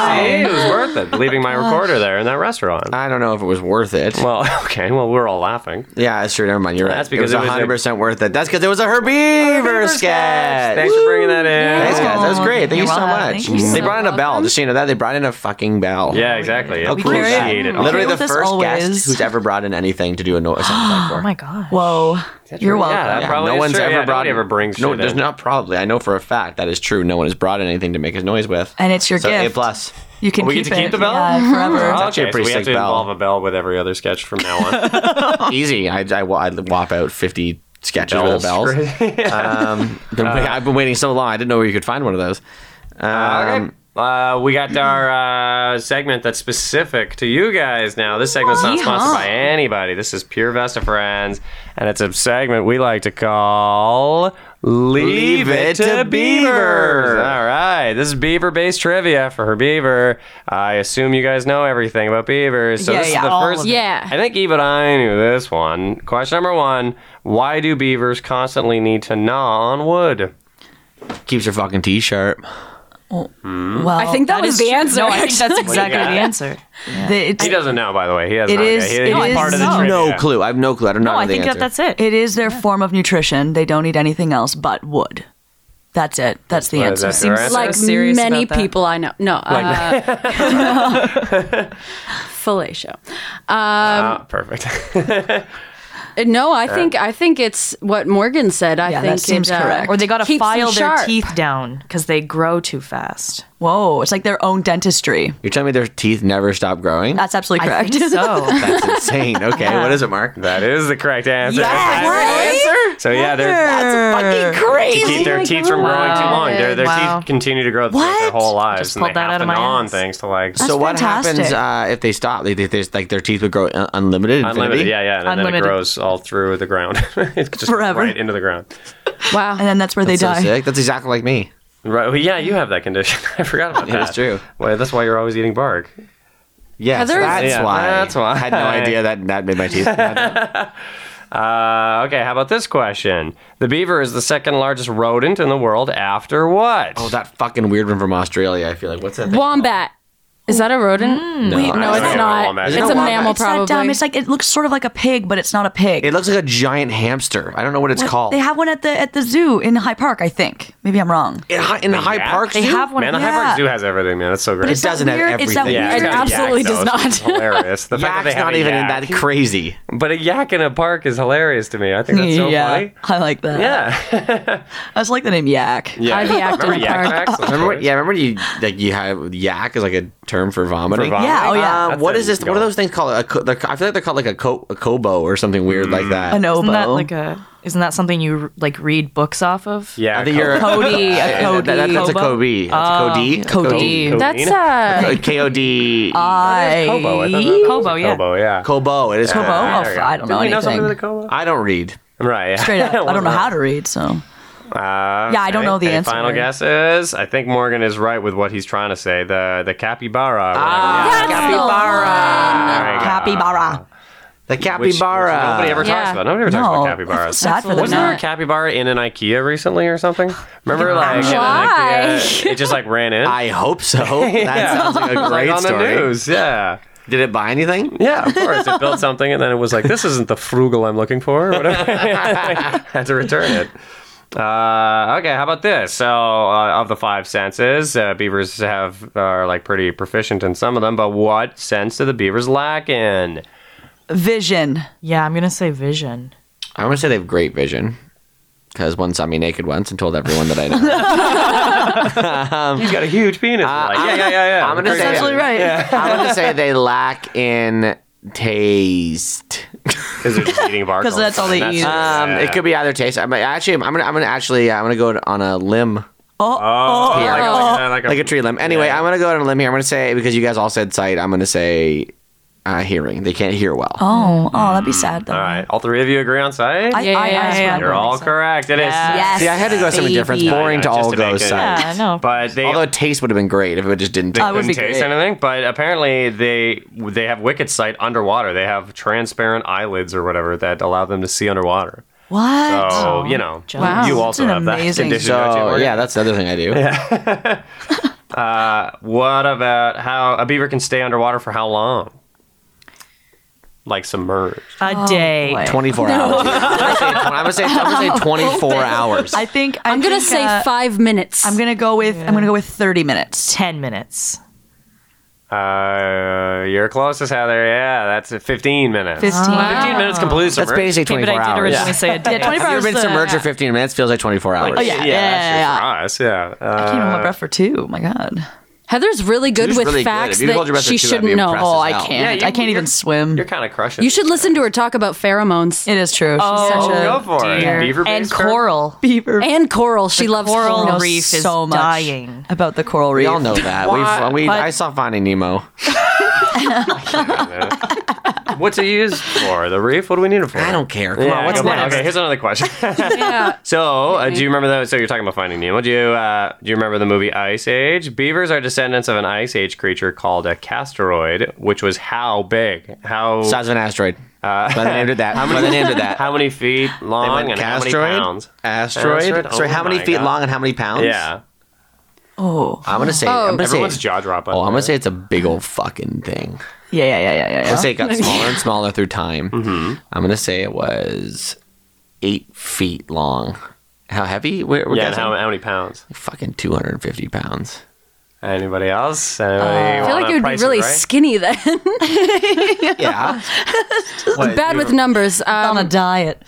Speaker 3: Hey, it was worth it. Leaving Oh my recorder there in that restaurant.
Speaker 8: I don't know if it was worth it.
Speaker 3: Well, okay. Well, we're all laughing.
Speaker 8: yeah, that's true. Never mind. You're right.
Speaker 3: That's because
Speaker 8: it
Speaker 3: it was
Speaker 8: was
Speaker 3: a-
Speaker 8: 100% worth it. That's because it was a her beaver sketch.
Speaker 3: Thanks for bringing that in.
Speaker 8: Thanks, guys. That was great. Thank you
Speaker 6: You're
Speaker 8: so
Speaker 6: welcome.
Speaker 8: much.
Speaker 6: Thank you
Speaker 8: they
Speaker 6: so
Speaker 8: brought in a bell. Just so you know that they brought in a fucking bell.
Speaker 3: Yeah, exactly.
Speaker 8: How cool is that?
Speaker 3: Appreciate it.
Speaker 8: Literally
Speaker 6: Carry
Speaker 8: the
Speaker 6: with us
Speaker 8: first
Speaker 6: always.
Speaker 8: guest who's ever brought in anything to do a noise sound for.
Speaker 7: Oh my god.
Speaker 6: Whoa. You're welcome.
Speaker 3: Yeah, that
Speaker 8: Oh, Yeah,
Speaker 3: probably
Speaker 8: no
Speaker 3: is
Speaker 8: one's
Speaker 3: true.
Speaker 8: ever
Speaker 3: Yeah,
Speaker 8: brought.
Speaker 3: nobody ever brings
Speaker 8: no,
Speaker 3: shit
Speaker 8: there's
Speaker 3: in.
Speaker 8: not probably. I know for a fact that is true. No one has brought in anything to make his noise with.
Speaker 6: And it's your
Speaker 8: so A
Speaker 6: gift.
Speaker 8: plus.
Speaker 6: You can
Speaker 3: We
Speaker 6: keep
Speaker 3: get to
Speaker 6: it.
Speaker 3: keep the bell?
Speaker 6: Yeah, forever.
Speaker 3: Okay,
Speaker 8: actually a
Speaker 3: so
Speaker 8: pretty
Speaker 3: we have
Speaker 8: sick
Speaker 3: to
Speaker 8: bell.
Speaker 3: involve a bell with every other sketch from now on.
Speaker 8: Easy. I I, I wop out fifty sketches with
Speaker 3: Bells. Uh,
Speaker 8: bells. um, been wait- I've been waiting so long. I didn't know where you could find one of those. Um,
Speaker 3: Uh, we got our uh, segment that's specific to you guys now. This segment's not sponsored by anybody. This is Pure Vesta Friends, and it's a segment we like to call Leave, It, to Beavers. All right. This is beaver based trivia for her beaver. I assume you guys know everything about beavers. So
Speaker 6: Yeah,
Speaker 3: this
Speaker 6: yeah,
Speaker 3: is the
Speaker 6: all
Speaker 3: first.
Speaker 6: of it.
Speaker 1: Yeah.
Speaker 3: I think even I knew this one. Question number one Why do beavers constantly need to gnaw on wood?
Speaker 8: Keeps your fucking t sharp.
Speaker 6: Well,
Speaker 1: I think that was
Speaker 6: is
Speaker 1: the
Speaker 6: true.
Speaker 1: answer,
Speaker 6: No, I think that's
Speaker 1: actually.
Speaker 6: exactly
Speaker 3: Yeah.
Speaker 6: the answer. The- it's-
Speaker 3: He doesn't know, by the way. He has
Speaker 6: It
Speaker 3: no
Speaker 6: is-
Speaker 3: idea. He-
Speaker 6: it
Speaker 3: he's
Speaker 6: is-
Speaker 3: part of the
Speaker 6: no.
Speaker 3: trivia.
Speaker 8: No clue. I have no clue. I don't know.
Speaker 7: No, I
Speaker 8: the
Speaker 7: think that
Speaker 8: answer.
Speaker 7: that's it.
Speaker 6: it is their form of nutrition. They don't eat anything else but wood. That's it. That's the
Speaker 3: What is
Speaker 6: answer.
Speaker 3: that, your answer?
Speaker 1: Like
Speaker 7: serious
Speaker 1: many
Speaker 7: about that.
Speaker 1: people I know. No. Uh, fellatio.
Speaker 3: Ah, perfect.
Speaker 1: No,
Speaker 8: Uh,
Speaker 1: I think I think it's what Morgan said. I
Speaker 6: Yeah,
Speaker 1: think
Speaker 6: that seems
Speaker 1: it, uh,
Speaker 6: correct.
Speaker 7: Or they gotta
Speaker 1: keeps them
Speaker 7: file their
Speaker 1: sharp.
Speaker 7: teeth down because they grow too fast.
Speaker 6: Whoa, it's like their own dentistry.
Speaker 8: You're telling me their teeth never stop growing?
Speaker 6: That's absolutely
Speaker 7: I
Speaker 6: correct.
Speaker 7: think so.
Speaker 8: That's insane. Okay, what is it, Mark?
Speaker 3: that is the correct answer.
Speaker 6: Yes!
Speaker 3: answer. So yeah, they're
Speaker 6: That's fucking
Speaker 3: to
Speaker 6: crazy.
Speaker 3: keep their teeth from growing too long. Their, their
Speaker 7: Wow.
Speaker 3: teeth continue to grow throughout their
Speaker 6: What?
Speaker 3: whole lives, and they
Speaker 7: pulled that
Speaker 3: have
Speaker 7: out
Speaker 3: to
Speaker 7: of my
Speaker 3: gnaw on
Speaker 7: ass.
Speaker 3: things to like
Speaker 8: so what
Speaker 6: fantastic.
Speaker 8: happens uh, if they stop? They, they, they, like their teeth would grow un- unlimited. Infinity?
Speaker 3: unlimited. Yeah, yeah, and then
Speaker 7: Unlimited.
Speaker 3: it grows all through the ground. it's just
Speaker 6: Forever.
Speaker 3: right into the ground.
Speaker 1: Wow.
Speaker 6: And then that's where
Speaker 8: That's
Speaker 6: they
Speaker 8: so
Speaker 6: die.
Speaker 8: sick. That's exactly like me.
Speaker 3: Right. Well, yeah, you have that condition. I forgot about that.
Speaker 8: It is true.
Speaker 3: Well, that's why you're always eating bark.
Speaker 8: Yes,
Speaker 1: Heather?
Speaker 8: that's
Speaker 3: Yeah,
Speaker 8: why.
Speaker 3: that's why.
Speaker 8: I had no idea that that made my teeth.
Speaker 3: Uh, okay, how about this question? The beaver is the second largest rodent in the world after what?
Speaker 8: oh, that fucking weird one from Australia. I feel like what's that? Thing?
Speaker 1: Wombat. Is that a rodent?
Speaker 8: Wait,
Speaker 1: No,
Speaker 3: I don't
Speaker 1: it's
Speaker 3: know what a
Speaker 1: not.
Speaker 3: wombat is.
Speaker 1: It's
Speaker 8: Is it a
Speaker 1: a
Speaker 8: wombat?
Speaker 1: mammal,
Speaker 6: It's that
Speaker 1: probably.
Speaker 6: dumb. It's like it looks sort of like a pig, but it's not a pig.
Speaker 8: It looks like a giant hamster. I don't know what it's called.
Speaker 6: They have one at the at the zoo in High Park, I think. Maybe I'm wrong.
Speaker 8: in, Hy- in High
Speaker 3: Yeah.
Speaker 8: Park
Speaker 7: They
Speaker 8: Zoo?
Speaker 7: have one.
Speaker 3: Man, the
Speaker 6: Yeah.
Speaker 3: Hyde Park Zoo has everything, man. That's so great.
Speaker 6: it's
Speaker 8: doesn't have
Speaker 6: weird, It's that
Speaker 8: everything.
Speaker 6: weird.
Speaker 3: it's
Speaker 1: It
Speaker 3: got a
Speaker 1: absolutely
Speaker 3: yak, though,
Speaker 1: does
Speaker 3: it's
Speaker 1: not.
Speaker 3: hilarious. The fact that they
Speaker 8: Yak's
Speaker 3: have
Speaker 8: not
Speaker 3: a
Speaker 8: even
Speaker 3: yak.
Speaker 8: that crazy.
Speaker 3: But a yak in a park is hilarious to me. I think that's so
Speaker 6: yeah,
Speaker 3: funny.
Speaker 6: I like that.
Speaker 3: Yeah.
Speaker 6: I just like the name Yak.
Speaker 3: yeah.
Speaker 1: I'd be acting
Speaker 3: Remember
Speaker 1: in a
Speaker 3: yak
Speaker 1: park.
Speaker 3: facts?
Speaker 8: Remember, when- yeah, remember you like you have yak is like a term for vomiting.
Speaker 3: vomiting?
Speaker 6: Yeah, oh, yeah.
Speaker 8: Uh,
Speaker 3: That's
Speaker 8: what
Speaker 3: a
Speaker 8: is this? What
Speaker 3: go. Mm.
Speaker 8: are those things called? A co- they're, I feel like they're called like a, co- a kobo or something weird like that.
Speaker 6: An oboe.
Speaker 7: Isn't that like a Isn't that something you like read books off of?
Speaker 3: Yeah,
Speaker 8: I think you're
Speaker 6: Cody, a
Speaker 8: That-
Speaker 6: Cody.
Speaker 8: that- that's a Kobe. That's a Cody.
Speaker 6: Cody.
Speaker 3: Cody.
Speaker 1: That's
Speaker 8: A
Speaker 1: uh,
Speaker 8: KOD.
Speaker 6: Uh, I.
Speaker 3: Kobo. I thought that was
Speaker 7: Kobo,
Speaker 3: a
Speaker 7: yeah.
Speaker 3: Kobo, yeah.
Speaker 8: Kobo. It is
Speaker 6: Kobo?
Speaker 8: Kobo.
Speaker 6: Oh, f- I don't know
Speaker 3: You know something
Speaker 6: anything.
Speaker 3: with a Kobo?
Speaker 8: I don't read.
Speaker 3: Right. yeah.
Speaker 6: Straight up. I don't know how to read, so.
Speaker 3: Uh,
Speaker 6: Yeah, I don't
Speaker 3: okay.
Speaker 6: know the
Speaker 3: Any
Speaker 6: answer.
Speaker 3: Final guess is I think Morgan is right with what he's trying to say. The the capybara. whatever.
Speaker 8: Ah, capybara.
Speaker 3: There you go.
Speaker 6: Capybara.
Speaker 8: The
Speaker 3: Which- which
Speaker 8: capybara.
Speaker 3: Nobody ever talks
Speaker 1: Yeah.
Speaker 3: about. Nobody ever talks
Speaker 6: No.
Speaker 3: about capybaras.
Speaker 6: Sad for them
Speaker 3: Wasn't there a
Speaker 6: not.
Speaker 3: capybara in an IKEA recently or something? Remember, like in an
Speaker 1: Why?
Speaker 3: IKEA, it just like ran in.
Speaker 8: I hope so. That sounds like a
Speaker 3: like
Speaker 8: great
Speaker 3: on
Speaker 8: story.
Speaker 3: the news, yeah.
Speaker 8: Did it buy anything?
Speaker 3: Yeah, of course. It built something and then it was like, this isn't the frugal I'm looking for or whatever. Had to return it. Uh, okay, how about this? So, uh, of the five senses, uh, beavers have are like pretty proficient in some of them, but what sense do the beavers lack in?
Speaker 6: Vision.
Speaker 7: Yeah, I'm gonna say vision.
Speaker 8: I want to say they have great vision because one saw me naked once and told everyone that I know.
Speaker 3: He's got a huge penis. Like, yeah, yeah, yeah, yeah.
Speaker 8: Uh, I'm gonna say-
Speaker 6: Essentially right.
Speaker 8: I'm going to say they lack in taste.
Speaker 3: because they're just eating bark.
Speaker 6: 'Cause that's all they eat.
Speaker 8: Um, It could be either taste. I'm actually. I'm gonna. I'm gonna actually. uh, I'm gonna go on a limb,
Speaker 3: oh, like, a- like a,
Speaker 8: like a tree limb. Anyway,
Speaker 3: Yeah.
Speaker 8: I'm gonna go on a limb here. I'm gonna say because you guys all said sight. I'm gonna say uh, hearing. They can't hear well.
Speaker 6: Oh, oh, that'd be sad though.
Speaker 3: All right, all three of you agree on sight.
Speaker 6: I, I,
Speaker 1: yeah,
Speaker 6: I,
Speaker 1: yeah.
Speaker 6: I,
Speaker 3: You're all correct. It is.
Speaker 6: Yes.
Speaker 8: See, I had to go something different. It's
Speaker 6: Baby.
Speaker 8: boring to
Speaker 3: Yeah, just
Speaker 8: all
Speaker 3: to
Speaker 8: go
Speaker 3: make it-
Speaker 8: sight.
Speaker 7: Yeah, I know.
Speaker 3: But they
Speaker 8: Although taste would have been great if it just didn't.
Speaker 3: they
Speaker 6: I would
Speaker 3: couldn't
Speaker 6: be
Speaker 3: taste
Speaker 6: great.
Speaker 3: anything. But apparently they they have wicked sight underwater. They have transparent eyelids or whatever that allow them to see underwater.
Speaker 6: What? Oh,
Speaker 3: So you know,
Speaker 1: Wow.
Speaker 3: you also
Speaker 6: That's
Speaker 3: have
Speaker 6: an
Speaker 3: that
Speaker 6: amazing-
Speaker 3: condition. don't you,
Speaker 8: so
Speaker 3: Morgan?
Speaker 8: yeah, that's the other thing I do.
Speaker 3: What about how a beaver can stay underwater for how long? Like submerged.
Speaker 7: A day.
Speaker 6: Oh, boy.
Speaker 8: 24 hours. I'm gonna say, I'm gonna say 24 hours.
Speaker 6: I think I
Speaker 1: I'm gonna
Speaker 6: think,
Speaker 1: say
Speaker 6: uh,
Speaker 1: five minutes.
Speaker 6: I'm gonna go with I'm gonna go with 30 minutes.
Speaker 7: Ten minutes.
Speaker 3: Uh, you're closest, Heather. Yeah, that's at 15 minutes.
Speaker 6: 15.
Speaker 3: 15 minutes completely submerged.
Speaker 8: That's basically
Speaker 7: Okay, but
Speaker 8: 24
Speaker 7: I did
Speaker 8: hours.
Speaker 7: originally say a day.
Speaker 6: Yeah, 24
Speaker 8: You've
Speaker 6: hours.
Speaker 8: been
Speaker 6: uh,
Speaker 8: submerged for 15 minutes. Feels like 24 hours.
Speaker 6: Oh, yeah,
Speaker 3: yeah,
Speaker 6: yeah, yeah.
Speaker 3: that's true for us. Yeah. Uh,
Speaker 6: I can't even hold my breath for two. My God.
Speaker 1: Heather's really good
Speaker 8: She's
Speaker 1: with
Speaker 8: really good.
Speaker 1: facts
Speaker 8: If you hold your
Speaker 1: that
Speaker 8: breath for
Speaker 1: she
Speaker 8: two, that'd be
Speaker 1: shouldn't know.
Speaker 8: impressive.
Speaker 6: Oh,
Speaker 8: is
Speaker 6: I
Speaker 8: out.
Speaker 6: can't.
Speaker 3: Yeah,
Speaker 6: I can't
Speaker 3: you-
Speaker 6: even swim.
Speaker 3: You're kind of crushing.
Speaker 1: You should listen to her talk about pheromones
Speaker 6: It is true. She's such a
Speaker 3: go for it.
Speaker 6: dear.
Speaker 3: Beaver
Speaker 7: and
Speaker 3: base fur?
Speaker 7: coral.
Speaker 6: beaver.
Speaker 1: and coral. She loves
Speaker 7: coral
Speaker 1: coral.
Speaker 7: reef is
Speaker 6: so much
Speaker 7: dying.
Speaker 6: about the coral reef.
Speaker 8: We all know that. We've, we, I saw Finding Nemo.
Speaker 3: What's it used for? The reef? What do we need it for?
Speaker 8: I don't care. Come
Speaker 3: Yeah,
Speaker 8: on, what's
Speaker 3: come on.
Speaker 8: next?
Speaker 3: Okay, here's another question.
Speaker 1: Yeah.
Speaker 3: so, uh, do you remember the? So you're talking about Finding Nemo. Do you uh, do you remember the movie Ice Age? Beavers are descendants of an Ice Age creature called a castoroid, which was how big? How
Speaker 8: Size of an asteroid. Uh, by the name of that. How many, by the name of that.
Speaker 3: how many feet long and how many pounds?
Speaker 8: Asteroid.
Speaker 3: Asteroid?
Speaker 8: Sorry,
Speaker 3: Oh
Speaker 8: how many
Speaker 3: my
Speaker 8: feet
Speaker 3: God.
Speaker 8: long and how many pounds?
Speaker 3: Yeah,
Speaker 6: Oh.
Speaker 8: I'm gonna say.
Speaker 1: Oh.
Speaker 8: I'm gonna
Speaker 3: everyone's
Speaker 8: say.
Speaker 3: jaw dropping.
Speaker 8: Oh, I'm gonna say it's a big old fucking thing.
Speaker 6: Yeah, yeah, yeah, yeah, yeah. yeah.
Speaker 8: I'm gonna say it got smaller and smaller through time.
Speaker 3: Mm-hmm.
Speaker 8: I'm gonna say it was eight feet long. How heavy? We're, we're
Speaker 3: yeah. and
Speaker 8: guessing?
Speaker 3: how, how many pounds?
Speaker 8: fucking 250 pounds.
Speaker 3: Anybody else? Anybody
Speaker 1: I feel like it would be really skinny then.
Speaker 8: Yeah.
Speaker 1: I'm bad with numbers. Um,
Speaker 6: on a diet.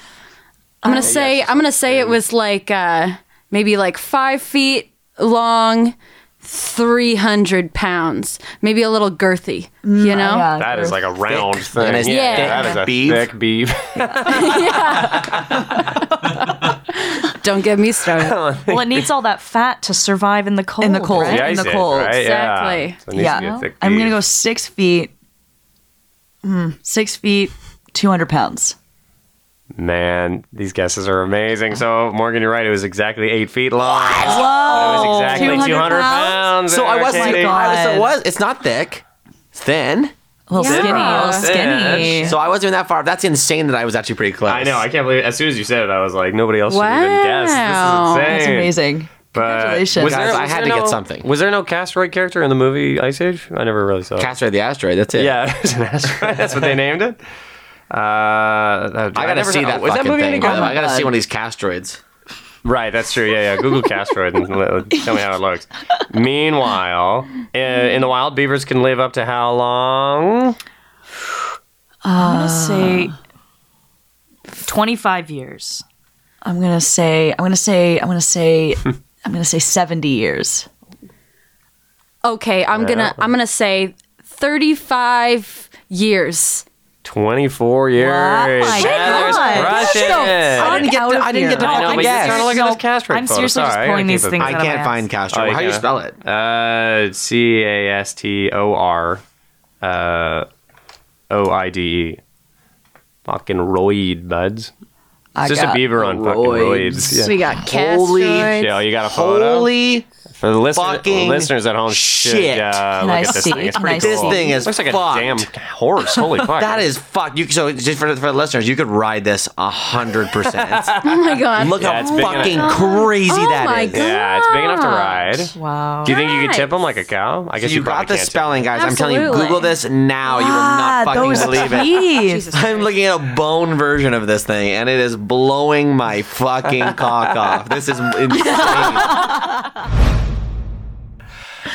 Speaker 1: I'm gonna say I'm gonna say it was like uh, maybe like five feet long, three hundred pounds, maybe a little girthy. You know,
Speaker 6: Yeah,
Speaker 3: That
Speaker 6: sure.
Speaker 3: is like a round thing.
Speaker 8: And it's
Speaker 3: yeah,
Speaker 1: thick
Speaker 3: that is a
Speaker 8: beef.
Speaker 3: thick beef.
Speaker 1: don't get me started.
Speaker 7: well, it needs all that fat to survive in the cold.
Speaker 6: in the cold.
Speaker 7: right?
Speaker 3: Yeah,
Speaker 6: in
Speaker 3: I
Speaker 6: the
Speaker 3: said,
Speaker 6: cold.
Speaker 3: right?
Speaker 1: Exactly.
Speaker 3: Yeah. So it needs to be a thick
Speaker 6: I'm
Speaker 3: beef.
Speaker 6: gonna go six feet. Hmm, six feet, two hundred pounds.
Speaker 3: Man, these guesses are amazing. So, Morgan, you're right. It was exactly eight feet long. It was exactly 200,
Speaker 6: 200
Speaker 3: pounds.
Speaker 8: So I wasn't.
Speaker 3: Arcady.
Speaker 6: God.
Speaker 8: I was, it was. It's not thick. It's thin.
Speaker 6: A little skinny. A little skinny.
Speaker 8: So I wasn't even that far. That's insane. That I was actually pretty close.
Speaker 3: I know. I can't believe. As soon as you said it, I was like, nobody else should even
Speaker 1: Wow.
Speaker 3: guess. This is
Speaker 1: That's
Speaker 3: insane.
Speaker 6: That's amazing.
Speaker 3: But
Speaker 6: Congratulations.
Speaker 3: was there-
Speaker 8: Guys, I
Speaker 3: was
Speaker 8: had
Speaker 3: there
Speaker 8: to get
Speaker 3: no-
Speaker 8: something.
Speaker 3: Was there no Castroid character in the movie Ice Age? I never really saw. it.
Speaker 8: Castrate the asteroid. That's it.
Speaker 3: yeah, it was an asteroid. That's what they named it. Uh, that-
Speaker 8: I gotta
Speaker 3: never
Speaker 8: see
Speaker 3: saw-
Speaker 8: that
Speaker 3: Was that
Speaker 8: fucking
Speaker 3: movie any
Speaker 8: thing.
Speaker 3: good?
Speaker 8: I gotta
Speaker 6: God.
Speaker 8: see one of these castroids.
Speaker 3: Right, that's true. Yeah, yeah. Google castroid and let- tell me how it looks. Meanwhile, uh, in the wild, beavers can live up to how long?
Speaker 7: I'm gonna say twenty-five years.
Speaker 6: I'm gonna say. I'm gonna say. I'm gonna say. I'm gonna say seventy years.
Speaker 1: Okay, I'm gonna I'm gonna say thirty five years.
Speaker 3: 24 years.
Speaker 6: my
Speaker 3: Heather's
Speaker 6: God.
Speaker 3: crushing
Speaker 6: Get the
Speaker 3: it.
Speaker 6: fuck
Speaker 8: I didn't get
Speaker 6: out
Speaker 8: the-
Speaker 6: of
Speaker 8: I didn't
Speaker 6: here.
Speaker 8: get the
Speaker 7: I know,
Speaker 8: fucking
Speaker 7: but
Speaker 8: guess.
Speaker 7: you're
Speaker 8: Trying
Speaker 7: just-
Speaker 8: to look
Speaker 7: no,
Speaker 8: at this castrate
Speaker 7: I'm
Speaker 3: photo.
Speaker 7: seriously just
Speaker 3: Sorry, I
Speaker 7: pulling
Speaker 3: gotta
Speaker 7: these
Speaker 3: keep it-
Speaker 7: things
Speaker 8: I
Speaker 7: out of my
Speaker 8: can't
Speaker 7: ass.
Speaker 8: find
Speaker 3: Oh,
Speaker 8: Castro.
Speaker 3: you
Speaker 8: How do you
Speaker 3: got it.
Speaker 8: spell it?
Speaker 3: Uh, C A S T O R uh, O I D E. Fucking roid, buds.
Speaker 6: I
Speaker 3: It's just a
Speaker 6: got
Speaker 3: beaver on fucking
Speaker 6: roids.
Speaker 3: roids. Yeah.
Speaker 4: We got
Speaker 8: Holy
Speaker 4: castroids.
Speaker 3: Yeah, you got a photo.
Speaker 8: Holy
Speaker 3: For the listener,
Speaker 8: fucking
Speaker 3: listeners at home, should
Speaker 8: shit.
Speaker 3: uh, look
Speaker 6: I
Speaker 3: at this
Speaker 6: see?
Speaker 3: thing. It's
Speaker 6: Can
Speaker 3: pretty
Speaker 6: I
Speaker 3: cool.
Speaker 6: see? This
Speaker 8: thing is
Speaker 3: Looks like
Speaker 8: fucked.
Speaker 3: a damn horse. Holy fuck!
Speaker 8: That is fuck. You so just for, for the listeners, you could ride this a hundred percent.
Speaker 4: Oh my god.
Speaker 8: Look
Speaker 3: Yeah,
Speaker 8: how
Speaker 3: it's big enough.
Speaker 8: fucking crazy
Speaker 4: Oh
Speaker 8: that is.
Speaker 4: my God.
Speaker 3: Yeah, it's big enough to ride.
Speaker 7: Wow.
Speaker 3: Do you think you could tip him like a cow? I guess
Speaker 8: You,
Speaker 3: probably
Speaker 8: got the
Speaker 3: can't tip
Speaker 8: spelling, guys. I'm telling you,
Speaker 4: Absolutely.
Speaker 8: Google this now. You will not
Speaker 6: Ah, those
Speaker 8: fucking believe it.
Speaker 6: teeth.
Speaker 8: I'm looking at a bone version of this thing, and it is blowing my fucking cock off. This is insane.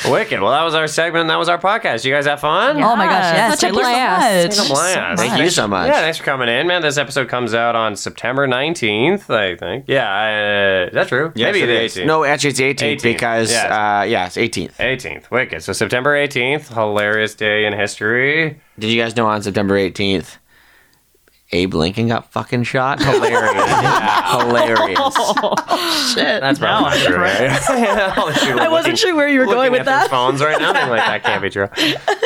Speaker 3: Wicked. Well, that was our segment. That was our podcast. You guys have fun?
Speaker 6: Oh my gosh, yes.
Speaker 4: Such a
Speaker 6: I learned so
Speaker 4: blast.
Speaker 6: much.
Speaker 3: Blast.
Speaker 8: Thank you so much.
Speaker 3: Yeah, thanks for coming in, man. This episode comes out on September 19th, I think. Yeah, uh, is that true? Maybe the 18th.
Speaker 8: No, actually, it's the 18th
Speaker 3: 18th,
Speaker 8: because,
Speaker 3: yes.
Speaker 8: uh, yeah, it's 18th.
Speaker 3: 18th. Wicked. So September 18th, hilarious day in history.
Speaker 8: Did you guys know on September 18th, Abe Lincoln got fucking shot? Hilarious. Hilarious.
Speaker 3: Oh, That's probably true. I
Speaker 6: Oh, I wasn't sure where you were going
Speaker 3: looking
Speaker 6: with
Speaker 3: at their
Speaker 6: that.
Speaker 3: phones right now. Being like, that can't be true.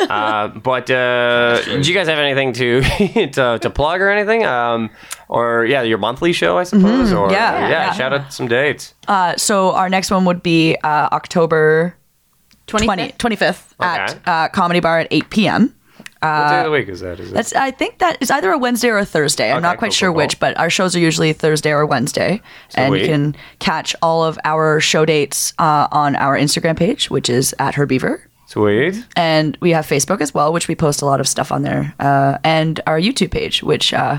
Speaker 3: Uh, but uh, do you guys have anything to to, to plug or anything? Um, or yeah, your monthly show, I suppose. or
Speaker 6: Mm-hmm. yeah,
Speaker 3: yeah,
Speaker 6: yeah.
Speaker 3: shout out some dates.
Speaker 6: Uh, so our next one would be uh, October 20, 25th
Speaker 3: Okay.
Speaker 6: at uh, Comedy Bar at 8 p.m.
Speaker 3: what day
Speaker 6: Uh,
Speaker 3: of the week is that? Is it?
Speaker 6: That's I think that is either a Wednesday or a Thursday. I'm
Speaker 3: Okay,
Speaker 6: not quite
Speaker 3: cool,
Speaker 6: sure
Speaker 3: cool, cool.
Speaker 6: which, but our shows are usually Thursday or Wednesday, and
Speaker 3: we-
Speaker 6: you can catch all of our show dates uh, on our Instagram page, which is at her beaver.
Speaker 3: Sweet.
Speaker 6: And we have Facebook as well, which we post a lot of stuff on there, uh, and our YouTube page, which uh,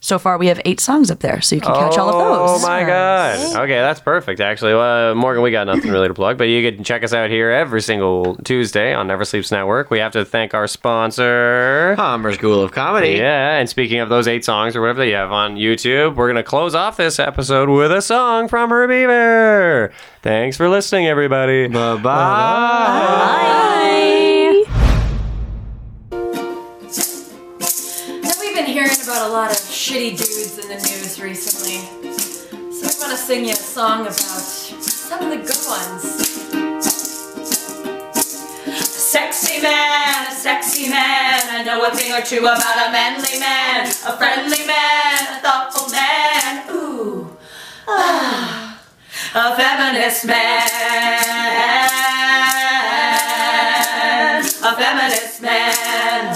Speaker 6: so far we have eight songs up there, so you can catch all of
Speaker 3: Oh
Speaker 6: those.
Speaker 3: my god. Okay, that's perfect. Actually, well, Morgan, we got nothing really to plug, but you can check us out here every single Tuesday on Never Sleeps Network. We have to thank our sponsor.
Speaker 8: Palmer School of Comedy.
Speaker 3: Yeah, and speaking of those eight songs or whatever they have on YouTube, we're going to close off this episode with a song from her beaver. Thanks for listening, everybody.
Speaker 8: Bye-bye.
Speaker 1: So we've been hearing about a lot of shitty dudes in the news recently. So we want to sing you a song about some of the good ones. Sexy man, a sexy man. I know a thing or two about a manly man, a friendly man, a thoughtful man. Ooh, ah, a feminist man. A feminist man.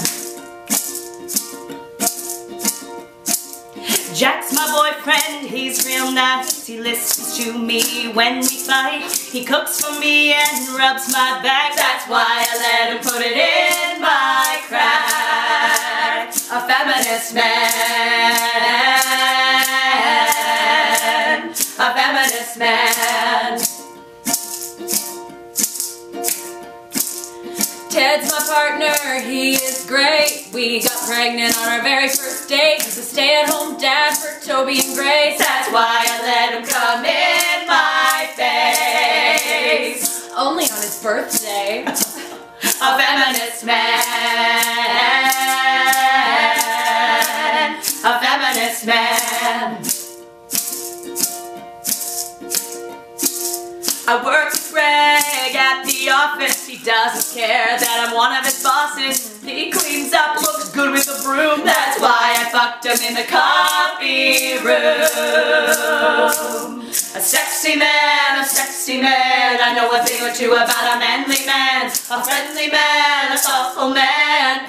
Speaker 1: Jack's my boyfriend, he's real nice. He listens to me when we fight. He cooks for me and rubs my back. That's why I let him put it in my crack. A feminist man. A feminist man. Ted's my partner, he is great. We got pregnant on our very first date. He's a stay at home dad for Toby and Grace. That's why I let him come in my face. Only on his birthday. A feminist man. A feminist man. I work with Greg at the office. He doesn't care that I'm one of his bosses. He cleans up, looks good with a broom. That's why I fucked him in the coffee room. A sexy man, a sexy man. I know a thing or two about a manly man, a friendly man, a thoughtful man.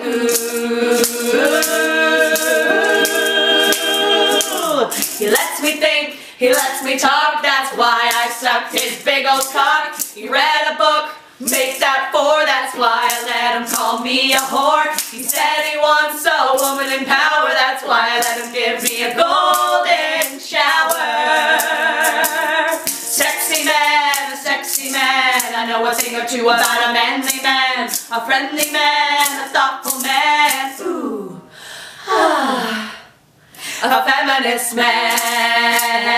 Speaker 1: Ooh. He lets me think, he lets me talk, that's why I sucked his big old cock. He read a book, make that four, that's why I let him call me a whore. He said he wants a woman in power, that's why I let him give me a golden shower. Sexy man, a sexy man, I know a thing or two about a manly man, a friendly man, a thoughtful man. Ooh a feminist man.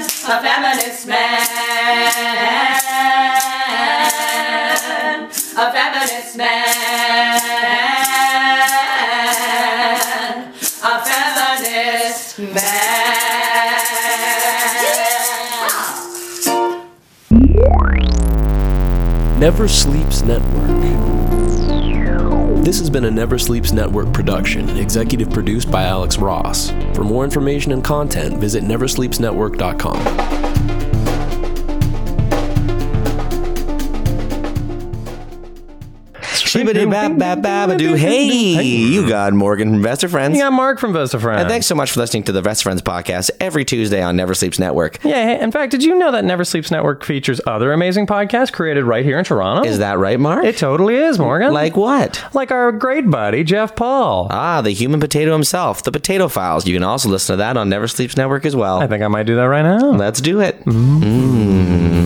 Speaker 1: A feminist man. A feminist man.
Speaker 9: Never Sleeps Network. This has been a Never Sleeps Network production, executive produced by Alex Ross. For more information and content, visit neversleepsnetwork.com.
Speaker 8: Shibbity-bap-bap-babadoo. Hey, you got Morgan from Best of Friends.
Speaker 3: You got Mark from Best of Friends.
Speaker 8: And thanks so much for listening to the Best of Friends podcast every Tuesday on Never Sleeps Network.
Speaker 3: Yeah, hey, in fact, did you know that Never Sleeps Network features other amazing podcasts created right here in Toronto?
Speaker 8: Is that right, Mark?
Speaker 3: it totally is, Morgan.
Speaker 8: like what?
Speaker 3: like our great buddy Jeff Paul.
Speaker 8: Ah, the human potato himself, the Potato Files. You can also listen to that on Never Sleeps Network as well. Mm.
Speaker 3: I think I might do that right now.
Speaker 8: Let's do it.